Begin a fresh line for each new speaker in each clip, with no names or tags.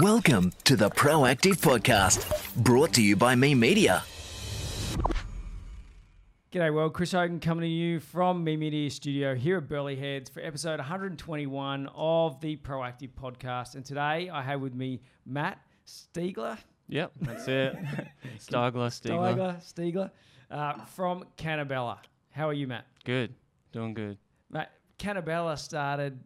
Welcome to the Proactive Podcast, brought to you by Me Media.
G'day, world. Chris Hogan coming to you from Me Media Studio here at Burley Heads for episode 121 of the Proactive Podcast. And today I have with me Matt Stiegler,
Yep, that's it. Starglass, Stigler.
Stiegler, Stiegler uh, from Cannabella. How are you, Matt?
Good. Doing good.
Matt, Cannabella started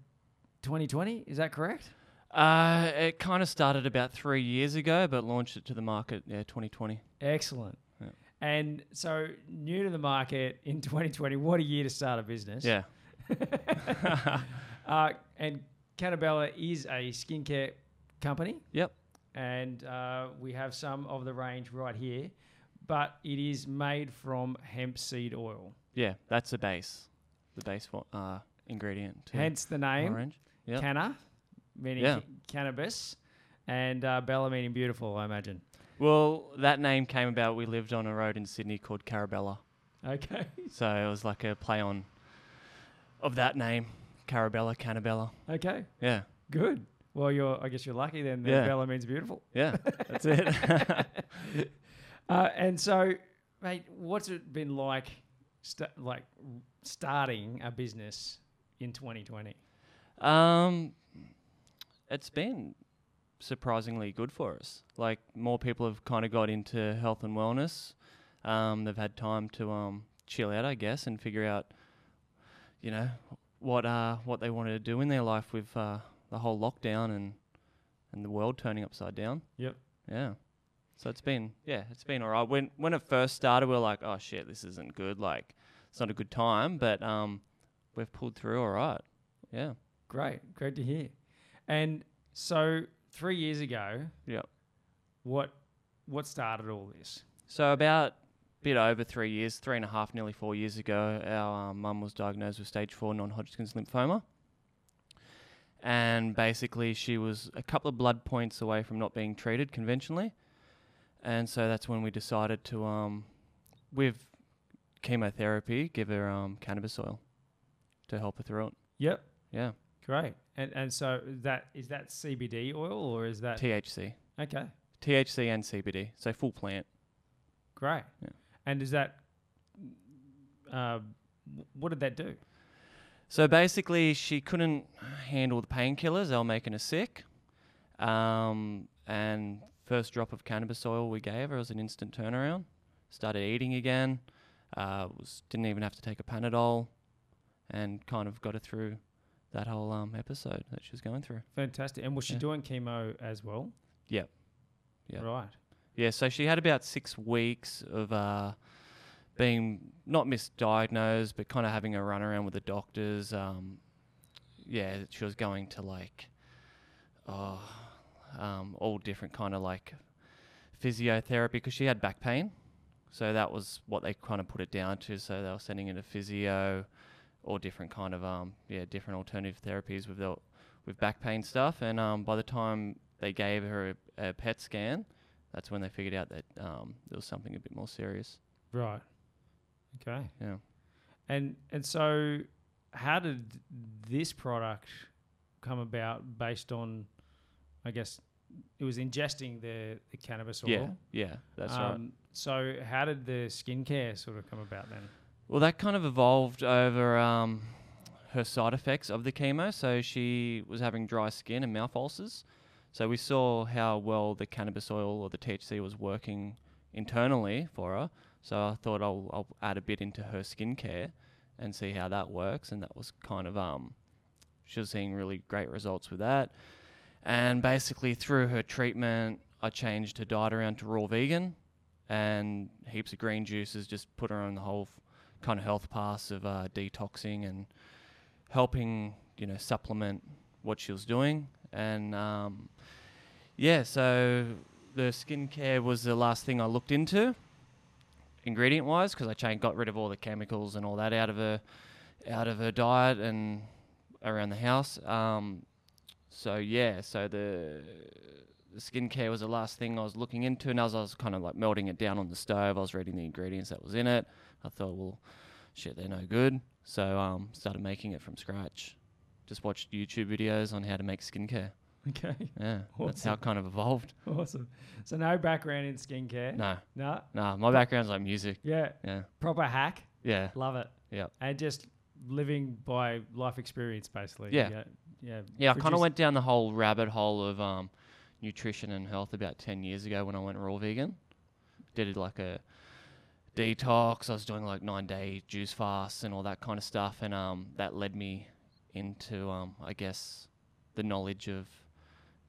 2020, is that correct?
Uh, it kind of started about three years ago, but launched it to the market, yeah, 2020.
Excellent.
Yeah.
And so, new to the market in 2020, what a year to start a business.
Yeah.
Uh, and Cannabella is a skincare company.
Yep.
and uh, we have some of the range right here, but it is made from hemp seed oil,
Yeah, that's the base. The base wa- uh, ingredient. to
hence the name
Orange. Yep.
Canna, meaning
Yeah.
ca- cannabis, and uh, Bella meaning beautiful, I imagine.
well, that name came about. We lived on a road in Sydney called Carabella.
Okay,
So it was like a play on of that name, Carabella, Cannabella.
okay,
Yeah.
good. Well, you're, I guess you're lucky then that
Yeah.
Bella means beautiful.
Yeah. that's it.
Uh, and so, mate, what's it been like, sta like starting a business in 2020?
Um, it's been surprisingly good for us. Like more people have kind of got into health and wellness. Um, they've had time to um chill out, I guess, and figure out, you know, what uh what they wanted to do in their life with uh the whole lockdown and and the world turning upside down.
Yep.
Yeah. So it's been yeah, it's been alright. When when it first started, we were like, oh shit, this isn't good. Like it's not a good time, but um, we've pulled through alright. Yeah.
Great, great to hear. And so three years ago,
Yeah.
what what started all this?
So about a bit over three years, three and a half, nearly four years ago, our um, mum was diagnosed with stage four non-Hodgkin's lymphoma, and basically she was a couple of blood points away from not being treated conventionally, and so that's when we decided to, um, with chemotherapy, give her um, cannabis oil to help her through it.
Yep,
Yeah,
great. And and so that is that CBD oil or is that
THC,
okay?
THC and CBD, so full plant.
Great.
Yeah.
And is that uh, wh- what did that do?
So basically, she couldn't handle the painkillers. They were making her sick. Um, and first drop of cannabis oil we gave her was an instant turnaround. Started eating again. Uh, was didn't even have to take a Panadol, and kind of got her through that whole um, episode that she was going through.
Fantastic. And was she
Yeah.
doing chemo as well?
Yep. Yep.
Right.
Yeah, so she had about six weeks of uh, being not misdiagnosed, but kind of having a run around with the doctors. Um, yeah, she was going to like, oh, um, all different kind of like physiotherapy because she had back pain. So that was what they kind of put it down to. So they were sending her to physio, or different kind of um, yeah, different alternative therapies with the, with back pain stuff. And um, by the time they gave her a, a PET scan, that's when they figured out that um, there was something a bit more serious.
Right. Okay.
Yeah.
And and so, how did this product come about? Based on, I guess, it was ingesting the, the Um, cannabis oil.
Yeah. Yeah. That's right.
So, how did the skincare sort of come about then?
Well, that kind of evolved over um, her side effects of the chemo. So she was having dry skin and mouth ulcers. So we saw how well the cannabis oil or the THC was working internally for her. So I thought I'll, I'll add a bit into her skincare and see how that works. And that was kind of um, she was seeing really great results with that. And basically through her treatment, I changed her diet around to raw vegan and heaps of green juices. Just put her on the whole f- kind of health path of uh, detoxing and helping, you know, supplement what she was doing. And um, yeah, so the skincare was the last thing I looked into, ingredient wise, because I changed, got rid of all the chemicals and all that out of her, out of her diet and around the house. Um, so yeah, so the the skincare was the last thing I was looking into, and as I was kind of like melting it down on the stove, I was reading the ingredients that was in it. I thought, well, shit, they're no good. So um, started making it from scratch. Just watched YouTube videos on how to make skincare.
Okay.
Yeah, that's
Awesome.
how it kind of evolved.
Awesome. So no background in skincare.
No,
No.
no, my background's like music.
Yeah.
Yeah,
Proper hack.
yeah,
Love it.
yeah.
And just living by life experience, basically.
Yeah.
Yeah. Yeah.
Yeah, I kind of
Produce-
went down the whole rabbit hole of um, nutrition and health about 10 years ago when I went raw vegan. Did like a detox. I was doing like nine day juice fasts and all that kind of stuff. And um, that led me into, um, I guess, the knowledge of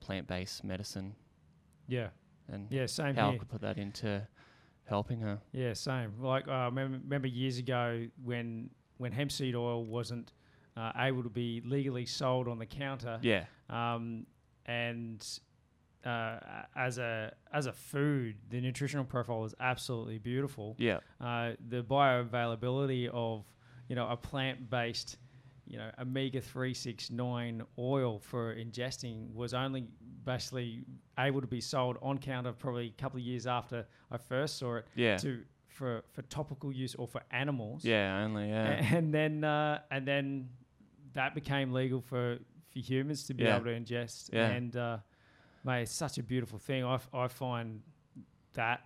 plant based medicine
Yeah.
and
Yeah. Same
how I
here.
could put that into helping her.
Yeah. Same. Like I remember, remember years ago when when hemp seed oil wasn't uh, able to be legally sold on the counter.
Yeah.
um, and uh, a- as a as a food, the nutritional profile is absolutely beautiful.
Yeah.
Uh, the bioavailability of you know a plant based you know omega three six nine oil for ingesting was only basically able to be sold on counter probably a couple of years after I first saw it
Yeah.
to for for topical use or for animals
Yeah, only, yeah.
and then uh, and then that became legal for for humans to be
Yeah.
able to ingest.
Yeah.
And uh, mate, it's such a beautiful thing. I, f- I find that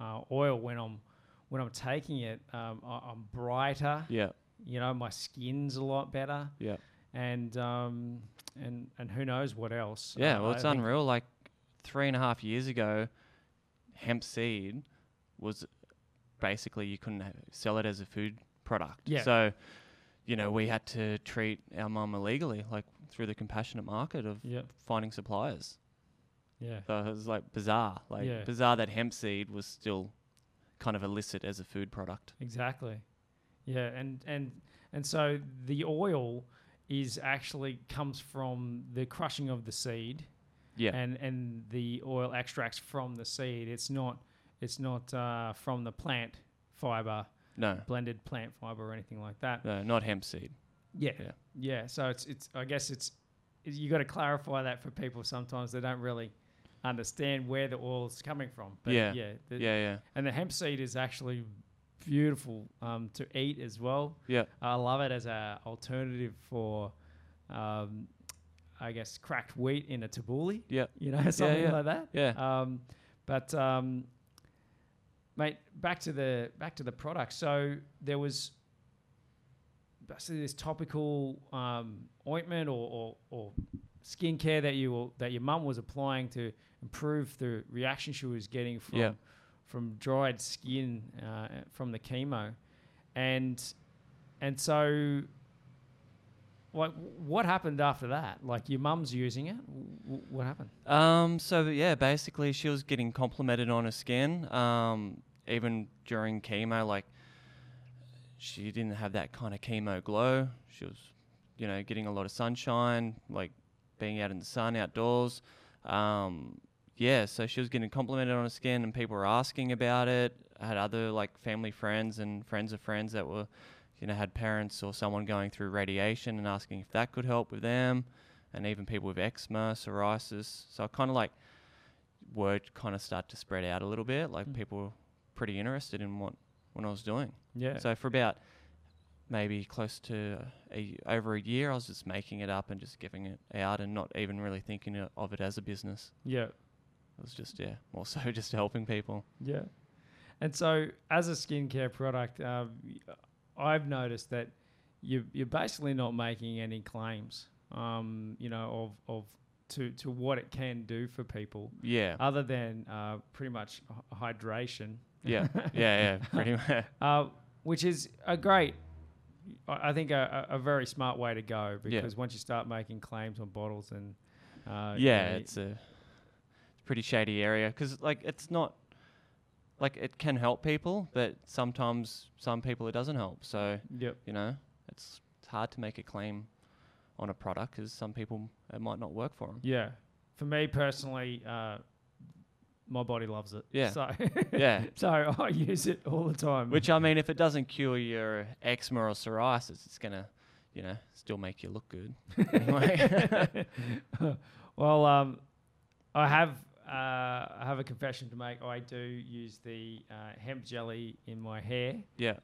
uh, oil when I'm when I'm taking it, um, I, I'm brighter.
Yeah.
You know, my skin's a lot better,
Yeah.
and um, and and who knows what else?
Yeah,
Uh,
well,
I
it's
think-
unreal. Like three and a half years ago, hemp seed was basically you couldn't ha- sell it as a food product.
Yeah.
So, you know, we had to treat our mum illegally, like through the compassionate market of
Yeah,
finding suppliers.
yeah,
So it was like bizarre, like
Yeah.
bizarre that hemp seed was still kind of illicit as a food product.
exactly. Yeah, and and and so the oil is actually comes from the crushing of the seed.
Yeah.
and and the oil extracts from the seed. It's not it's not uh, from the plant fiber,
no.
blended plant fiber or anything like that.
No, not hemp seed.
Yeah,
Yeah.
yeah. So it's it's I guess it's you got to clarify that for people. Sometimes they don't really understand where the oil's coming from. But
Yeah.
yeah, the-
yeah, yeah.
And the hemp seed is actually beautiful um, to eat as well.
Yeah.
I love it as a alternative for. Um, I guess cracked wheat in a tabbouleh.
Yeah.
You know, something
yeah.
like that.
Yeah.
Um, but um, mate, back to the back to the product. So there was basically this topical um, ointment or, or, or skincare that you were, that your mum was applying to improve the reaction she was getting from
Yeah.
from dried skin uh, from the chemo, and and so. Like, what happened after that? Like, your mum's using it. W- what happened?
Um, so yeah, basically she was getting complimented on her skin. Um, even during chemo, like she didn't have that kind of chemo glow. She was, you know, getting a lot of sunshine, like being out in the sun outdoors. Um, yeah, so she was getting complimented on her skin, and people were asking about it. I had other like family friends and friends of friends that were, you know, had parents or someone going through radiation and asking if that could help with them, and even people with eczema, psoriasis. So I kind of like word kind of start to spread out a little bit. Like
Mm.
people were pretty interested in what what I was doing.
Yeah.
So for about maybe close to a, over a year, I was just making it up and just giving it out and not even really thinking o- of it as a business.
yeah.
It was just yeah, more so just helping people.
Yeah. And so, as a skincare product, um, y- I've noticed that you, you're basically not making any claims, um, you know, of, of to, to what it can do for people,
Yeah,
other than uh, pretty much hy- hydration,
yeah, yeah, yeah. Pretty much.
uh, which is a great, I I think, a, a a very smart way to go
Yeah.
because once you start making claims on bottles and uh, you
yeah,
know,
it's a it's a pretty shady area because like it's not like it can help people, but sometimes some people it doesn't help. So
yep,
you know, it's it's hard to make a claim on a product because some people it might not work for them.
Yeah. For me personally, uh, my body loves it.
Yeah.
So
yeah.
so I use it all the time.
Which I mean, if it doesn't cure your eczema or psoriasis, it's gonna, you know, still make you look good. anyway.
well, um, I have uh, I have a confession to make. I do use the uh, hemp jelly in my hair,
yeah,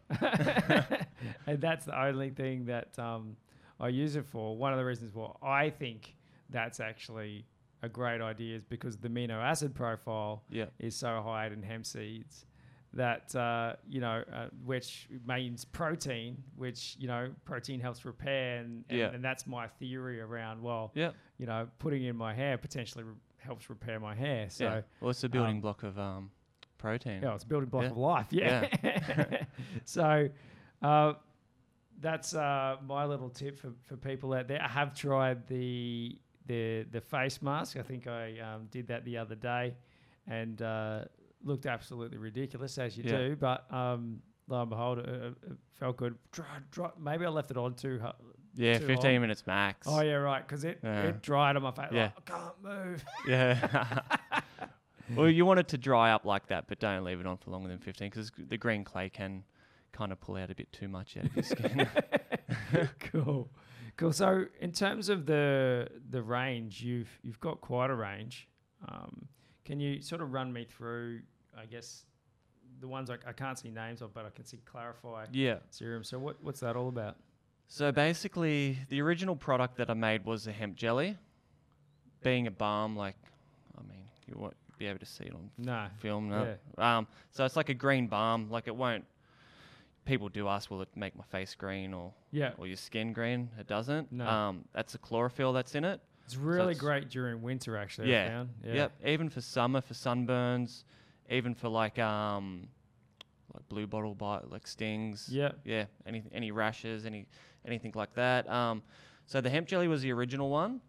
and that's the only thing that um, I use it for. One of the reasons why I think that's actually are great ideas because the amino acid profile
Yeah.
is so high in hemp seeds that uh, you know, uh, which means protein, which you know, protein helps repair, and and,
Yeah.
and that's my theory around. Well,
Yeah.
you know, putting in my hair potentially re- helps repair my hair. So.
yeah. Well, it's a building
um,
block of um, protein.
Yeah, it's a building block
Yeah.
of life. Yeah. so uh, that's uh, my little tip for, for people out there. I have tried the the the face mask. I think I um, did that the other day, and uh, looked absolutely ridiculous as you
Yeah.
do. But um, lo and behold, it, it it felt good. Dry, dry, maybe I left it on too. Hard.
Yeah,
Too
15
long.
minutes max.
Oh yeah, right. Because it,
Yeah.
it dried on my face.
Yeah.
Like, I can't move.
Yeah. well, you want it to dry up like that, but don't leave it on for longer than 15 because the green clay can kind of pull out a bit too much out of your skin.
cool, cool. So in terms of the the range, you've you've got quite a range. Um, can you sort of run me through? I guess the ones I, I can't see names of, but I can see clarify
yeah.
serum. So what what's that all about?
So basically, the original product that I made was a hemp jelly. Being a balm, like, I mean, you won't be able to see it on
No.
film. No. Um, so it's like a green balm. Like, it won't. People do ask, will it make my face green or,
Yeah,
or your skin green? It doesn't.
No.
Um, that's the chlorophyll that's in it.
it's really
it's-
great during winter. Actually, I
Yeah.
found.
Yep. Even for summer, for sunburns, even for like um, like blue bottle bite, like stings.
Yeah.
Yeah. Any any rashes, any anything like that. Um, so the hemp jelly was the original one.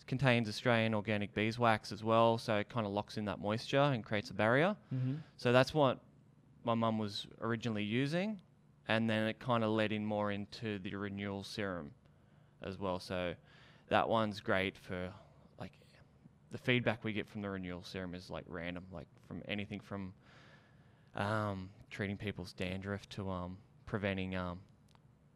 It contains Australian organic beeswax as well, so it kind of locks in that moisture and creates a barrier.
Mm-hmm.
So that's what my mum was originally using, and then it kind of led in more into the renewal serum as well. So that one's great for like the feedback we get from the renewal serum is like random, like from anything from um, treating people's dandruff to um, preventing um,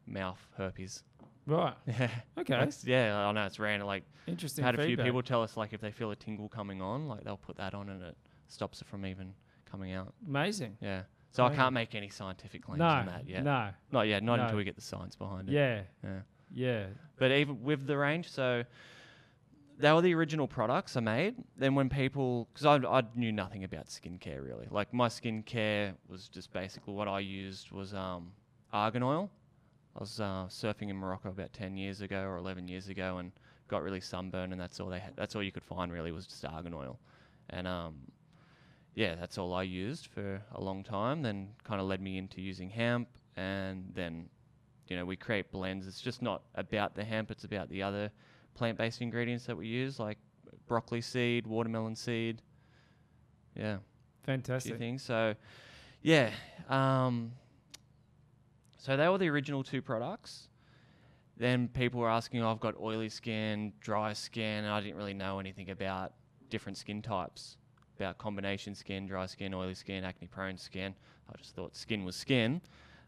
mouth herpes.
Right.
Yeah.
Okay.
That's- yeah, I know it's random. Like
Interesting.
had a
feedback.
few people tell us like if they feel a tingle coming on, like they'll put that on and it stops it from even coming out.
Amazing.
Yeah. So I
Amazing.
can't make any scientific claims
no.
on that yet.
No.
Not yet. Not
No.
until we get the science behind it.
Yeah.
Yeah.
Yeah.
But even with the range, so they were the original products I made. Then when people, because I, I knew nothing about skincare really. Like my skincare was just basically what I used was um, argan oil. I was uh, surfing in Morocco about ten years ago or eleven years ago, and got really sunburned, and that's all they had. That's all you could find really was just argan oil, and um, yeah, that's all I used for a long time. Then kind of led me into using hemp, and then you know we create blends. It's just not about the hemp; it's about the other plant-based ingredients that we use, like broccoli seed, watermelon seed. Yeah, a few
Fantastic.
things. So, yeah. Um, so they were the original two products. Then people were asking, oh, I've got oily skin, dry skin, and I didn't really know anything about different skin types, about combination skin, dry skin, oily skin, acne prone skin. I just thought skin was skin.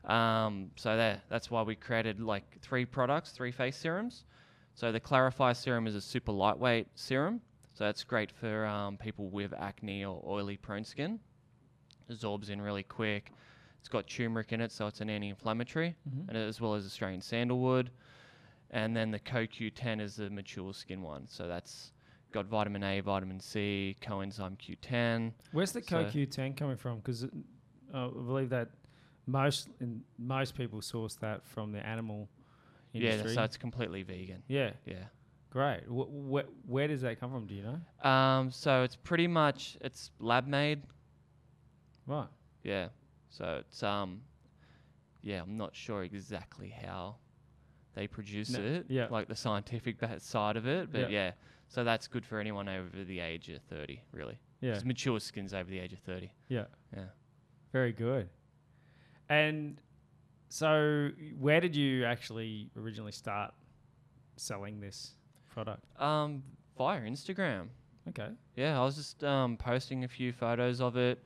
Um, so that, that's why we created like three products, three face serums. So the Clarify serum is a super lightweight serum. So that's great for um, people with acne or oily prone skin. Absorbs in really quick. It's got turmeric in it, so it's an anti-inflammatory, and as well as Australian sandalwood. And then the CoQ10 is the mature skin one. So that's got vitamin A, vitamin C, coenzyme Q10.
Where's the
So-
CoQ10 coming from? Because uh, I believe that most in, most people source that from the animal industry.
Yeah, so it's completely vegan.
Yeah,
Yeah.
great. Wh- wh- where does that come from? Do you know?
Um, so it's pretty much it's lab made.
Right.
Yeah. So it's um yeah, I'm not sure exactly how they produce
No,
it.
yeah.
Like the scientific ba- side of it. But
Yeah.
yeah. So that's good for anyone over the age of thirty, really.
Yeah.
'Cause mature skin's over the age of thirty.
Yeah.
Yeah.
Very good. And so, where did you actually originally start selling this product?
Um via Instagram.
Okay.
Yeah, I was just um, posting a few photos of it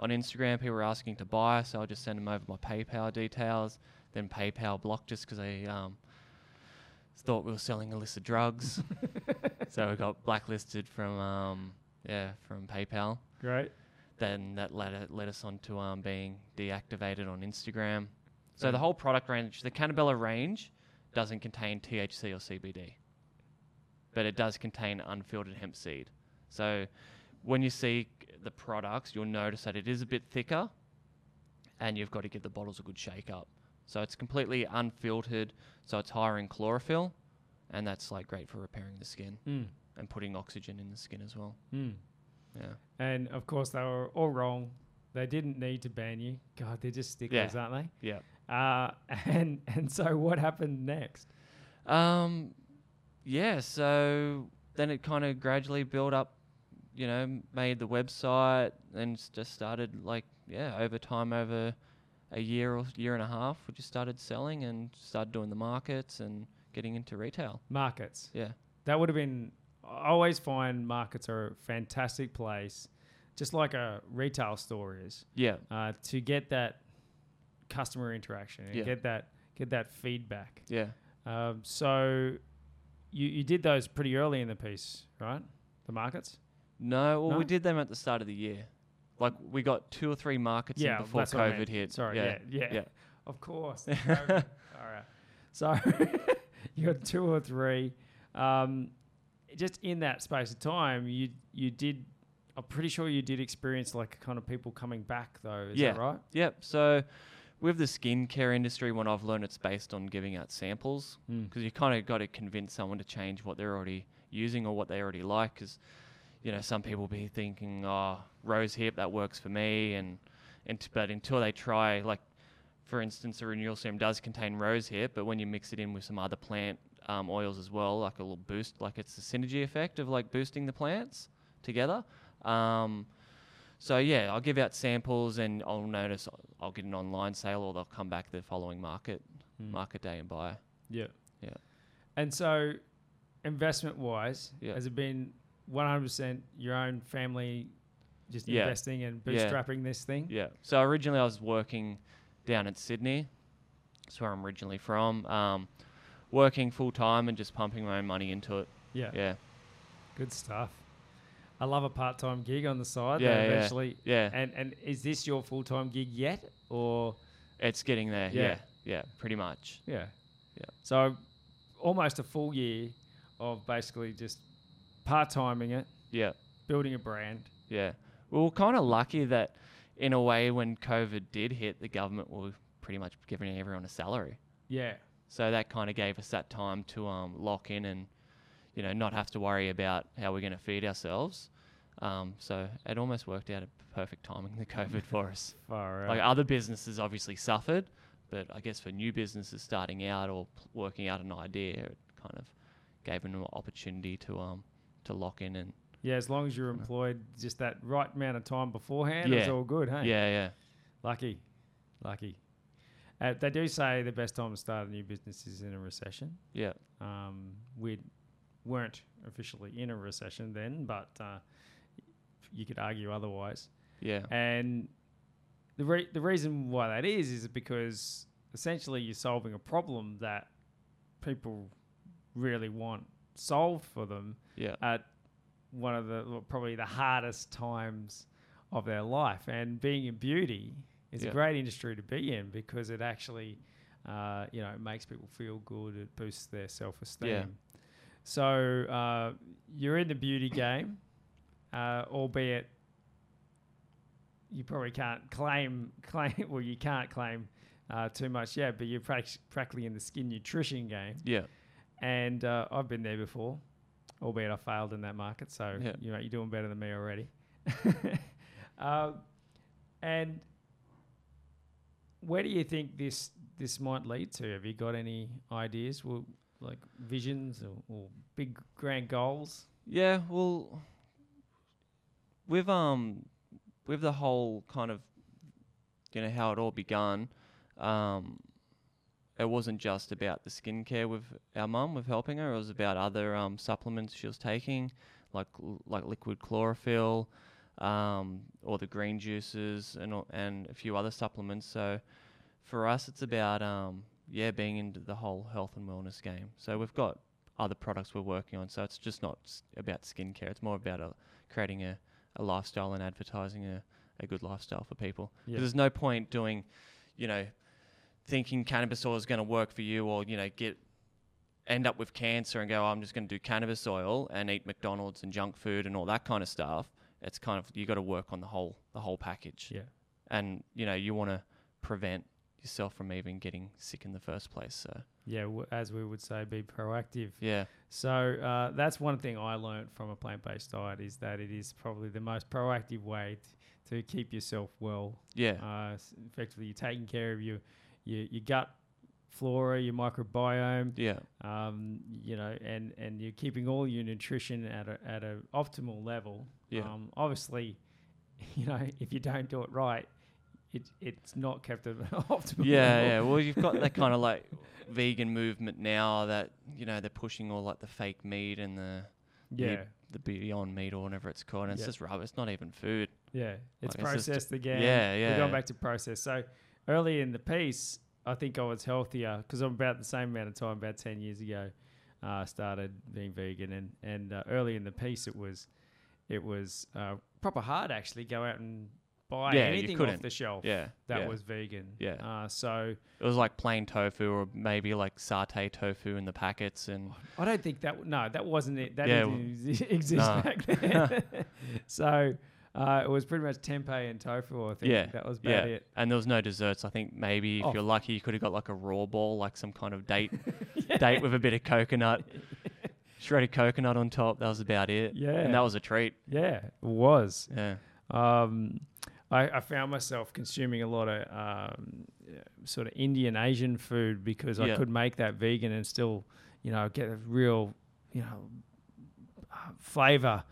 on Instagram. People were asking to buy, so I just send them over my PayPal details. Then PayPal blocked us because they um, thought we were selling illicit drugs, so we got blacklisted from um, yeah from PayPal.
Great.
Then that led u- led us on to um, being deactivated on Instagram. So the whole product range, the Cannabella range, doesn't contain THC or CBD, but it does contain unfiltered hemp seed. So when you see the products, you'll notice that it is a bit thicker and you've got to give the bottles a good shake up. So it's completely unfiltered, so it's higher in chlorophyll, and that's like great for repairing the skin
Mm,
and putting oxygen in the skin as well.
mm.
Yeah.
And of course, they were all wrong. They didn't need to ban you. God, they're just sticklers, aren't they?
Yeah.
Uh, and and so what happened next?
Um, yeah, so then it kind of gradually built up, you know, m- made the website and s- just started like, yeah, over time, over a year or s- year and a half, we just started selling and started doing the markets and getting into retail.
Markets.
Yeah.
That would have been. I always find markets are a fantastic place, just like a retail store is,
Yeah.
uh, to get that customer interaction and
Yeah.
get that get that feedback.
Yeah.
Um, so, you you did those pretty early in the piece, right? The markets.
No, well,
No?
we did them at the start of the year. Like, we got two or three markets in before
that's what I meant.
COVID hit.
Sorry, yeah, yeah,
yeah.
Of course. the COVID. All right. So you had two or three. Um, just in that space of time, you you did. I'm pretty sure you did experience like kind of people coming back though. Is
Yeah.
that right?
Yep. So with the skincare industry, what I've learned it's based on giving out samples
Mm.
because you kind of got to convince someone to change what they're already using or what they already like. Because you know some people be thinking, "Oh, rose hip that works for me," and, and t- but until they try, like for instance, the renewal serum does contain rose hip, but when you mix it in with some other plant um, oils as well, like a little boost, like it's the synergy effect of like boosting the plants together. Um, so yeah, I'll give out samples, and I'll notice I'll get an online sale, or they'll come back the following market
Mm.
market day and buy.
Yeah.
Yeah.
And so, investment wise,
Yeah.
has it been 100% your own family just
Yeah.
investing and
Yeah.
bootstrapping this thing?
Yeah. So originally I was working down in Sydney. That's where I'm originally from. Um, working full time and just pumping my own money into it.
Yeah.
Yeah.
Good stuff. I love a part time gig on the side.
Yeah,
Yeah.
yeah.
Eventually,
Yeah.
And and is this your full time gig yet, or
It's getting there. Yeah.
Yeah.
Yeah. pretty much.
yeah,
Yeah.
So almost a full year of basically just part timing it,
Yeah.
building a brand.
Yeah. We were kind of lucky that, in a way, when COVID did hit, the government were pretty much giving everyone a salary.
Yeah,
So that kind of gave us that time to um, lock in and, you know, not have to worry about how we're going to feed ourselves. Um, so it almost worked out at perfect timing, the COVID for us.
far out.
Like other businesses obviously suffered, but I guess for new businesses starting out or p- working out an idea, it kind of gave them an opportunity to um to lock in and
yeah, as long as you're employed, just that right amount of time beforehand, it's
Yeah.
all good. Hey,
yeah yeah
lucky, lucky. Uh, they do say the best time to start a new business is in a recession.
yeah
Um, we weren't officially in a recession then, but uh, you could argue otherwise.
yeah
And the re- the reason why that is is because essentially you're solving a problem that people really want solved for them
yeah
at one of the well, probably the hardest times of their life. And being in beauty is a
Yeah.
great industry to be in because it actually, uh, you know, it makes people feel good. It boosts their self esteem.
Yeah.
So uh, you're in the beauty game, uh, albeit you probably can't claim claim. Well, you can't claim. Uh, too much, yeah, but you're prac- practically in the skin nutrition game
yeah
and uh, I've been there before, albeit I failed in that market. So
Yeah.
you know you're doing better than me already. um, and where do you think this this might lead to? Have you got any ideas? Well, like visions or, or big grand goals?
yeah well with um with the whole kind of you know how it all begun um it wasn't just about the skincare with our mum with helping her it was about other um supplements she was taking like l- like liquid chlorophyll um or the green juices and all- and a few other supplements so for us it's about um yeah being into the whole health and wellness game so we've got other products we're working on so it's just not s- about skincare it's more about a, creating a, a lifestyle and advertising a, a good lifestyle for people 'Cause
Yeah.
there's no point doing you know thinking cannabis oil is going to work for you or you know get end up with cancer and go, "Oh, I'm just going to do cannabis oil and eat McDonald's and junk food and all that kind of stuff. It's kind of you got to work on the whole the whole package.
Yeah.
And you know you want to prevent yourself from even getting sick in the first place. So
Yeah, w- as we would say, be proactive.
yeah,
So uh, that's one thing I learned from a plant-based diet is that it is probably the most proactive way t- to keep yourself well.
yeah,
Uh, s- effectively, you're taking care of your your, your gut flora, your microbiome.
yeah,
um, you know, and and you're keeping all your nutrition at a at a optimal level.
Yeah.
Um, obviously, you know, if you don't do it right, it it's not kept at an optimal.
yeah,
level.
yeah. Well, you've got that kind of like vegan movement now that you know they're pushing all like the fake meat and the
yeah,
you- the Beyond Meat or whatever it's called. And
Yeah.
It's just rubber. It's not even food.
yeah. It's
Like, it's just-
processed again.
yeah,
We're
yeah.
going back to process. So early in the piece, I think I was healthier because I'm about the same amount of time, about ten years ago, uh, started being vegan, and and uh, early in the piece it was, it was uh, proper hard actually go out and buy
Yeah, you
anything off
couldn't.
the shelf.
Yeah,
that
yeah.
was vegan.
Yeah.
Uh, so
It was like plain tofu or maybe like satay tofu in the packets and
I don't think that no, that wasn't it. That
Yeah,
didn't exi- exist
nah.
back then. so uh, it was pretty much tempeh and tofu. I think
yeah,
that was about
yeah.
it.
And there was no desserts. I think maybe if
Oh.
you're lucky, you could have got like a raw ball, like some kind of date, date with a bit of coconut, shredded coconut on top. That was about it.
Yeah.
and that was a treat.
Yeah, it was.
Yeah,
Um, I, I found myself consuming a lot of um, yeah, sort of Indian Asian food because I
Yeah.
could make that vegan and still, you know, get a real, you know, uh, flavor,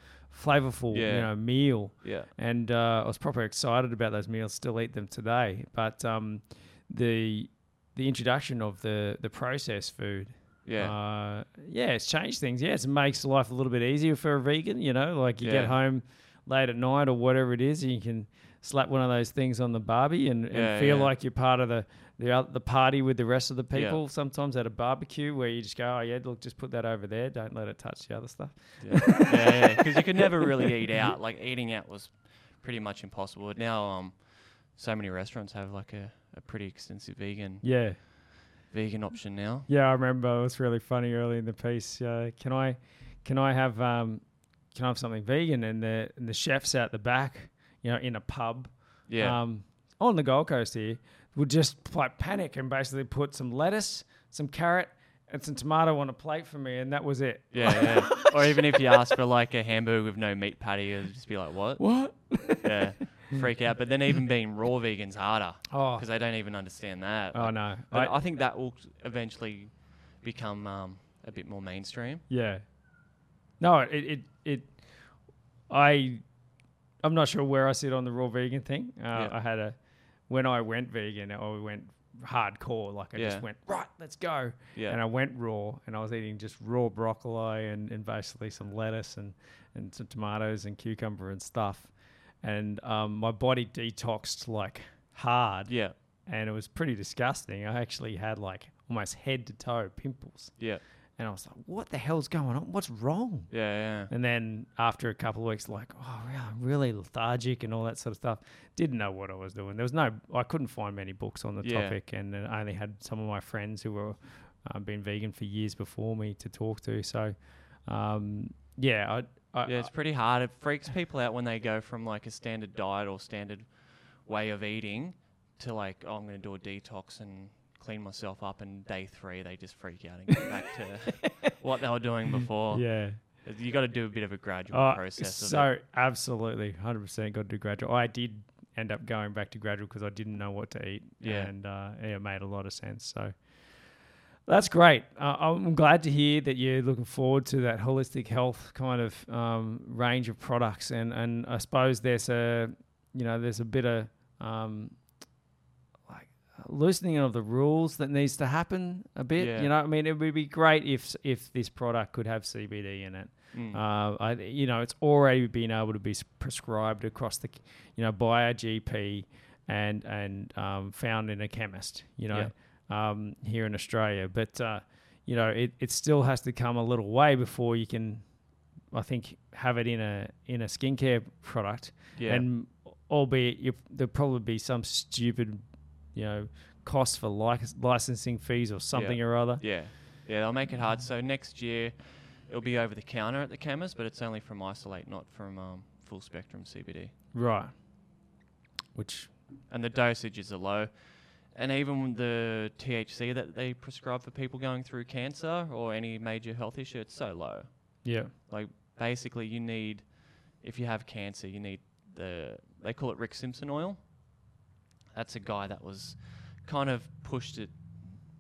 flavorful, you
Yeah.
know, meal.
yeah,
and uh, I was proper excited about those meals. Still eat them today, but um, the the introduction of the the processed food,
yeah,
uh, yeah, it's changed things. Yeah, it makes life a little bit easier for a vegan. You know, like you get
Yeah.
home late at night or whatever it is, and you can slap one of those things on the barbie and, and
Yeah,
feel
yeah.
like you're part of the the, oth- the party with the rest of the
Yeah.
people. Sometimes at a barbecue where you just go, oh yeah, look, just put that over there. Don't let it touch the other stuff.
yeah, yeah. Because you could never really eat out. Like eating out was pretty much impossible. But now, um, so many restaurants have like a, a pretty extensive vegan
Yeah. Um,
vegan option now.
Yeah, I remember it was really funny early in the piece. Uh, can I, can I have, um, can I have something vegan? And the and the chefs out the back, you know, in a pub,
Yeah,
um, on the Gold Coast here, would just like panic and basically put some lettuce, some carrot, and some tomato on a plate for me, and that was it.
yeah, yeah. or even if you ask for like a hamburger with no meat patty, it'd just be like, what?
What?
yeah, freak out. But then even being raw vegan's harder
Oh,
because they don't even understand that.
oh
Like,
no.
but
I-
I think that will eventually become um, a bit more mainstream.
Yeah. No, it, it it I I'm not sure where I sit on the raw vegan thing. Uh,
Yeah.
I had a when I went vegan, I went hardcore. Like I
Yeah.
just went right, let's go.
Yeah.
And I went raw, and I was eating just raw broccoli and, and basically some lettuce and and some tomatoes and cucumber and stuff. And um, my body detoxed like hard,
Yeah,
and it was pretty disgusting. I actually had like almost head to toe pimples.
yeah,
And I was like, what the hell's going on? What's wrong?
yeah, yeah.
And then after a couple of weeks, like, oh, really, I'm really lethargic and all that sort of stuff. Didn't know what I was doing. There was no, I couldn't find many books on the
Yeah.
topic, and then I only had some of my friends who were um, been vegan for years before me to talk to. So, um, yeah, I, I,
Yeah, it's pretty hard. It freaks people out when they go from like a standard diet or standard way of eating to like, oh, I'm going to do a detox and clean myself up. And day three, they just freak out and go back to what they were doing before.
yeah.
You got to do a bit of a gradual
Uh,
process. of
so absolutely, hundred percent got to do gradual. I did end up going back to gradual because I didn't know what to eat.
Yeah.
and uh, yeah, it made a lot of sense. So that's great. Uh, I'm glad to hear that you're looking forward to that holistic health kind of um, range of products, and and I suppose there's a you know there's a bit of um, like loosening of the rules that needs to happen a bit.
Yeah.
You know, I mean, it would be great if if this product could have CBD in it.
Mm.
Uh, I, you know, it's already been able to be s- prescribed across the, c- you know, by a GP and and um, found in a chemist. You know, um, here in Australia, but uh, you know, it, it still has to come a little way before you can, I think, have it in a in a skincare product.
yeah.
And albeit you, there'll probably be some stupid, you know, cost for like, licensing fees or something or other.
yeah. Yeah, they'll make it hard. So next year, it'll be over the counter at the chemist, but it's only from isolate, not from um, full spectrum CBD.
Right. Which
And the dosages are low. And even the THC that they prescribe for people going through cancer or any major health issue, it's so low.
yeah.
Like basically, you need if you have cancer, you need the they call it Rick Simpson oil. That's a guy that was kind of pushed it.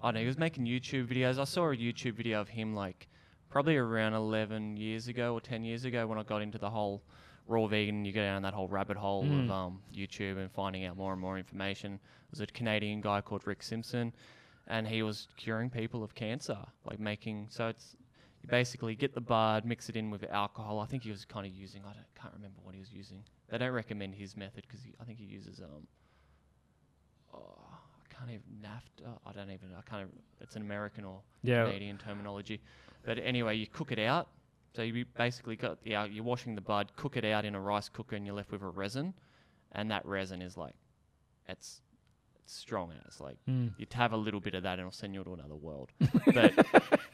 I don't know. He was making YouTube videos. I saw a YouTube video of him like probably around 11 years ago or 10 years ago when I got into the whole raw vegan. You go down that whole rabbit hole
Mm.
of um, YouTube and finding out more and more information. There's a Canadian guy called Rick Simpson, and he was curing people of cancer, like making so it's you basically get the bud, mix it in with alcohol. I think he was kind of using. I don't, can't remember what he was using. They don't recommend his method because I think he uses um. Oh, I can't even NAFTA. I don't even. I can't. even- It's an American or
Yeah.
Canadian terminology. But anyway, you cook it out. So you basically got yeah. You're washing the bud, cook it out in a rice cooker, and you're left with a resin, and that resin is like, it's, it's strong as like
Mm.
you'd have a little bit of that and it'll send you to another world. but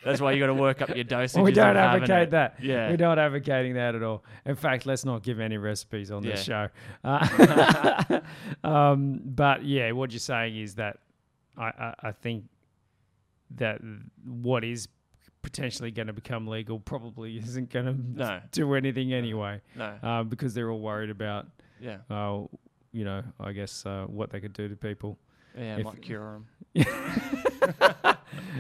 that's why you got to work up your dosage.
Well, we don't advocate that.
Yeah.
We're not advocating that at all. In fact, let's not give any recipes on this show. Uh, um, but yeah, what you're saying is that I, I, I think that what is potentially going to become legal probably isn't going to
No.
do anything anyway
No.
uh, because they're all worried about,
Yeah.
uh, you know, I guess uh, what they could do to people.
Yeah.
If-
might cure 'em.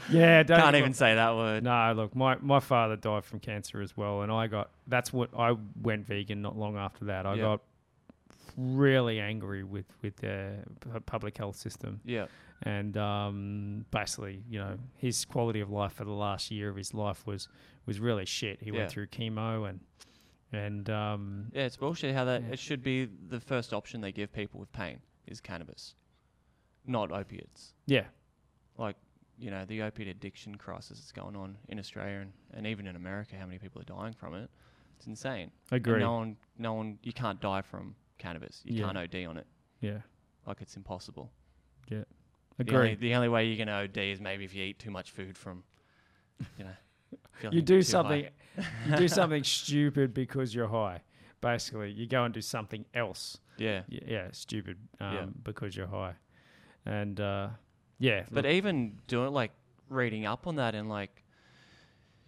Yeah, don't
Can't even say that word.
No, look, my, my father died from cancer as well, and I got that's what I went vegan not long after that. I
Yeah.
got really angry with with the pu- public health system,
Yeah.
and um, basically, you know, his quality of life for the last year of his life was was really shit. He
Yeah.
went through chemo and and um,
Yeah. It's bullshit how that
Yeah.
it should be the first option they give people with pain is cannabis, not opiates.
yeah,
Like you know the opiate addiction crisis that's going on in Australia and, and even in America, how many people are dying from it? It's insane. And
agree,
No one, no one. You can't die from cannabis. You
Yeah.
can't OD on it.
yeah,
Like it's impossible. The only,
agree.
the only way you're going to OD is maybe if you eat too much food from, you know.
You
feeling too
do
high.
something, you do something stupid because you're high. Basically, you go and do something else.
Yeah.
y- yeah, stupid um,
Yeah.
because you're high, and uh, yeah,
But
look,
even doing like reading up on that and like,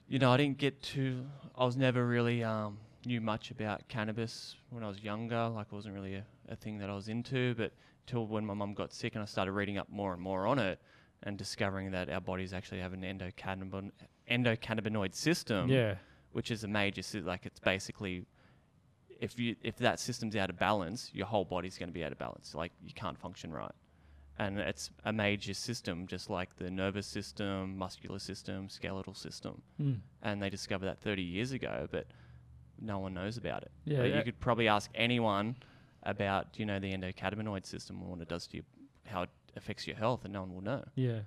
you know, I didn't get too. I was never really um, knew much about cannabis when I was younger. Like, it wasn't really a, a thing that I was into. But till when my mum got sick and I started reading up more and more on it and discovering that our bodies actually have an endocannabin- endocannabinoid system.
yeah,
which is a major sy- like it's basically if you if that system's out of balance, your whole body's going to be out of balance. Like you can't function right, and it's a major system, just like the nervous system, muscular system, skeletal system.
Mm.
And they discovered that 30 years ago, but no one knows about it.
Yeah,
Like,
yeah.
you could probably ask anyone about you know the endocannabinoid system and what it does to you, how it affects your health, and no one will know.
yeah.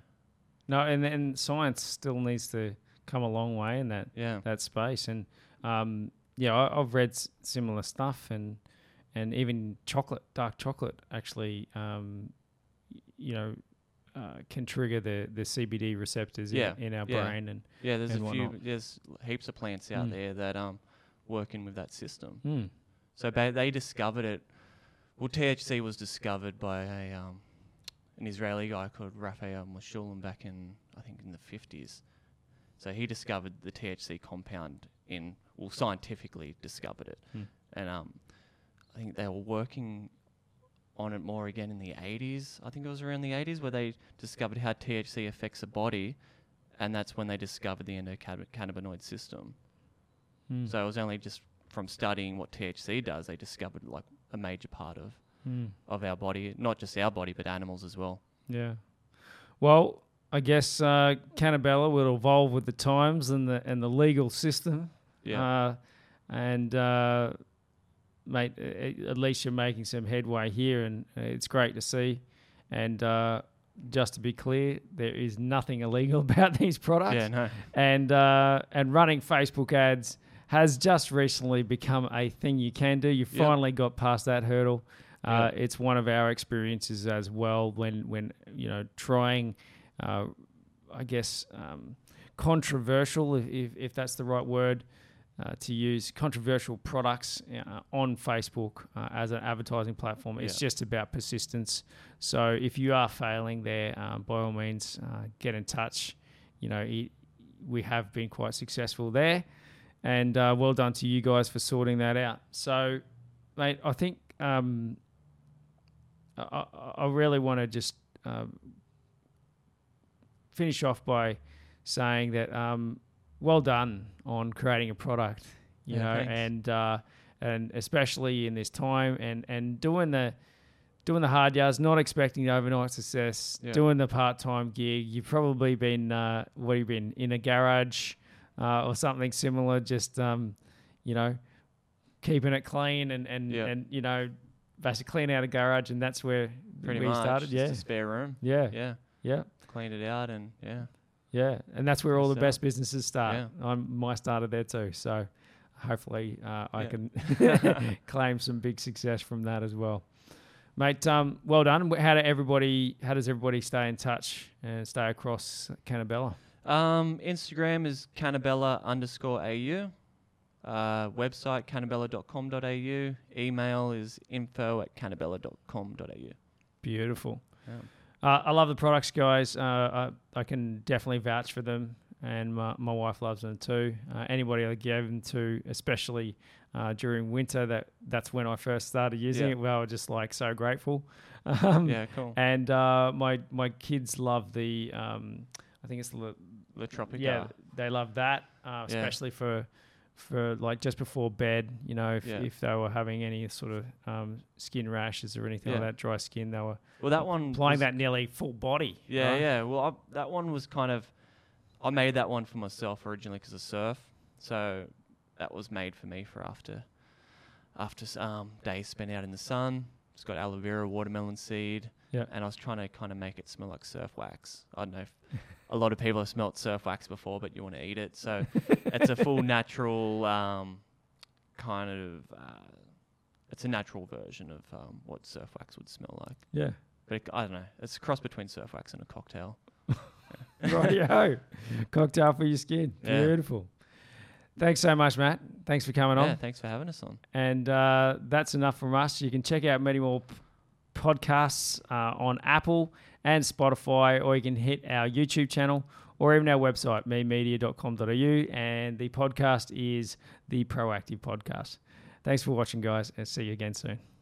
No, and and science still needs to come a long way in that
Yeah,
that space, and um, yeah, I, I've read s- similar stuff, and and even chocolate, dark chocolate, actually, um, y- you know. Uh, can trigger the, the CBD receptors
Yeah,
in, in our
yeah.
brain and
yeah. There's a
And
few.
whatnot.
There's heaps of plants out
Mm.
there that um working with that system.
Mm.
So ba- they discovered it. Well, THC was discovered by a um, an Israeli guy called Raphael Meshulam back in I think in the fifties. So he discovered the THC compound in well scientifically discovered it,
Hmm.
and um, I think they were working on it more again in the eighties. I think it was around the eighties where they discovered how THC affects the body, and that's when they discovered the endocannabinoid system.
Mm.
So it was only just from studying what THC does, they discovered like a major part of,
Mm.
of our body, not just our body, but animals as well.
Yeah. Well, I guess uh, Cannabella will evolve with the times and the and the legal system. Uh, and uh, mate, a- a- at least you're making some headway here, and uh, it's great to see. And uh, just to be clear, there is nothing illegal about these products
yeah, no.
and uh, and running Facebook ads has just recently become a thing you can do. You
Yeah.
finally got past that hurdle. Uh,
Yeah.
It's one of our experiences as well when when you know trying, uh, I guess, um, controversial, if, if, if that's the right word uh, to use, controversial products uh, on Facebook uh, as an advertising platform. It's
Yeah.
just about persistence. So if you are failing there, um, by all means, uh, get in touch. You know, it, we have been quite successful there. And uh, well done to you guys for sorting that out. So, mate, I think um, I, I- I really want to just um, finish off by saying that um, well done on creating a product, you
Yeah,
know,
thanks.
and uh, and especially in this time and and doing the doing the hard yards, not expecting overnight success,
Yeah.
doing the part time gig. You've probably been uh, what have you been in a garage uh, or something similar, just um, you know, keeping it clean and and
Yeah.
and you know, basically clean out a garage, and that's where
Pretty
we
much.
started.
Just
Yeah.
a spare room.
yeah, yeah,
Yeah.
yeah,
Cleaned it out and yeah.
and that's where all the
So-
best businesses start.
Yeah.
I'm my started there too, so hopefully uh, I
Yeah.
can claim some big success from that as well. Mate, um, well done. Wh- How do everybody? How does everybody stay in touch and stay across Canabella?
Um, Instagram is cannabella underscore au. Uh, website cannabella.com.au. Email is info at cannabella.com.au.
Beautiful.
Yeah.
Uh, I love the products, guys. Uh, I, I can definitely vouch for them, and my, my wife loves them too. Uh, anybody I gave them to, especially uh, during winter, that that's when I first started using
Yeah.
it. We were just like so grateful. Um,
Yeah, cool.
And uh, my my kids love the. Um, I think it's the
La Tropica.
yeah, they love that, uh,
Yeah.
especially for for like just before bed. You know, if,
Yeah.
if they were having any sort of um, skin rashes or anything like
Yeah.
that, dry skin, they were
Well, that one.
applying
was-
that nearly full body.
Yeah,
right?
yeah. Well, I, that one was kind of. I made that one for myself originally because of surf, so that was made for me for after, after s- um, days spent out in the sun. It's got aloe vera, watermelon seed,
Yeah.
and I was trying to kind of make it smell like surf wax. I don't know if a lot of people have smelt surf wax before, but you want to eat it, so it's a full natural um, kind of. Uh, it's a natural version of um, what surf wax would smell like.
yeah.
But it, I don't know. It's a cross between surf wax and a cocktail.
Rightio. Cocktail for your skin.
Yeah.
Beautiful. Thanks so much, Matt. Thanks for coming
yeah,
on.
thanks for having us on.
And uh, that's enough from us. You can check out many more p- podcasts uh, on Apple and Spotify, or you can hit our YouTube channel or even our website, memedia.com.au. And the podcast is the Proactive Podcast. Thanks for watching, guys, and see you again soon.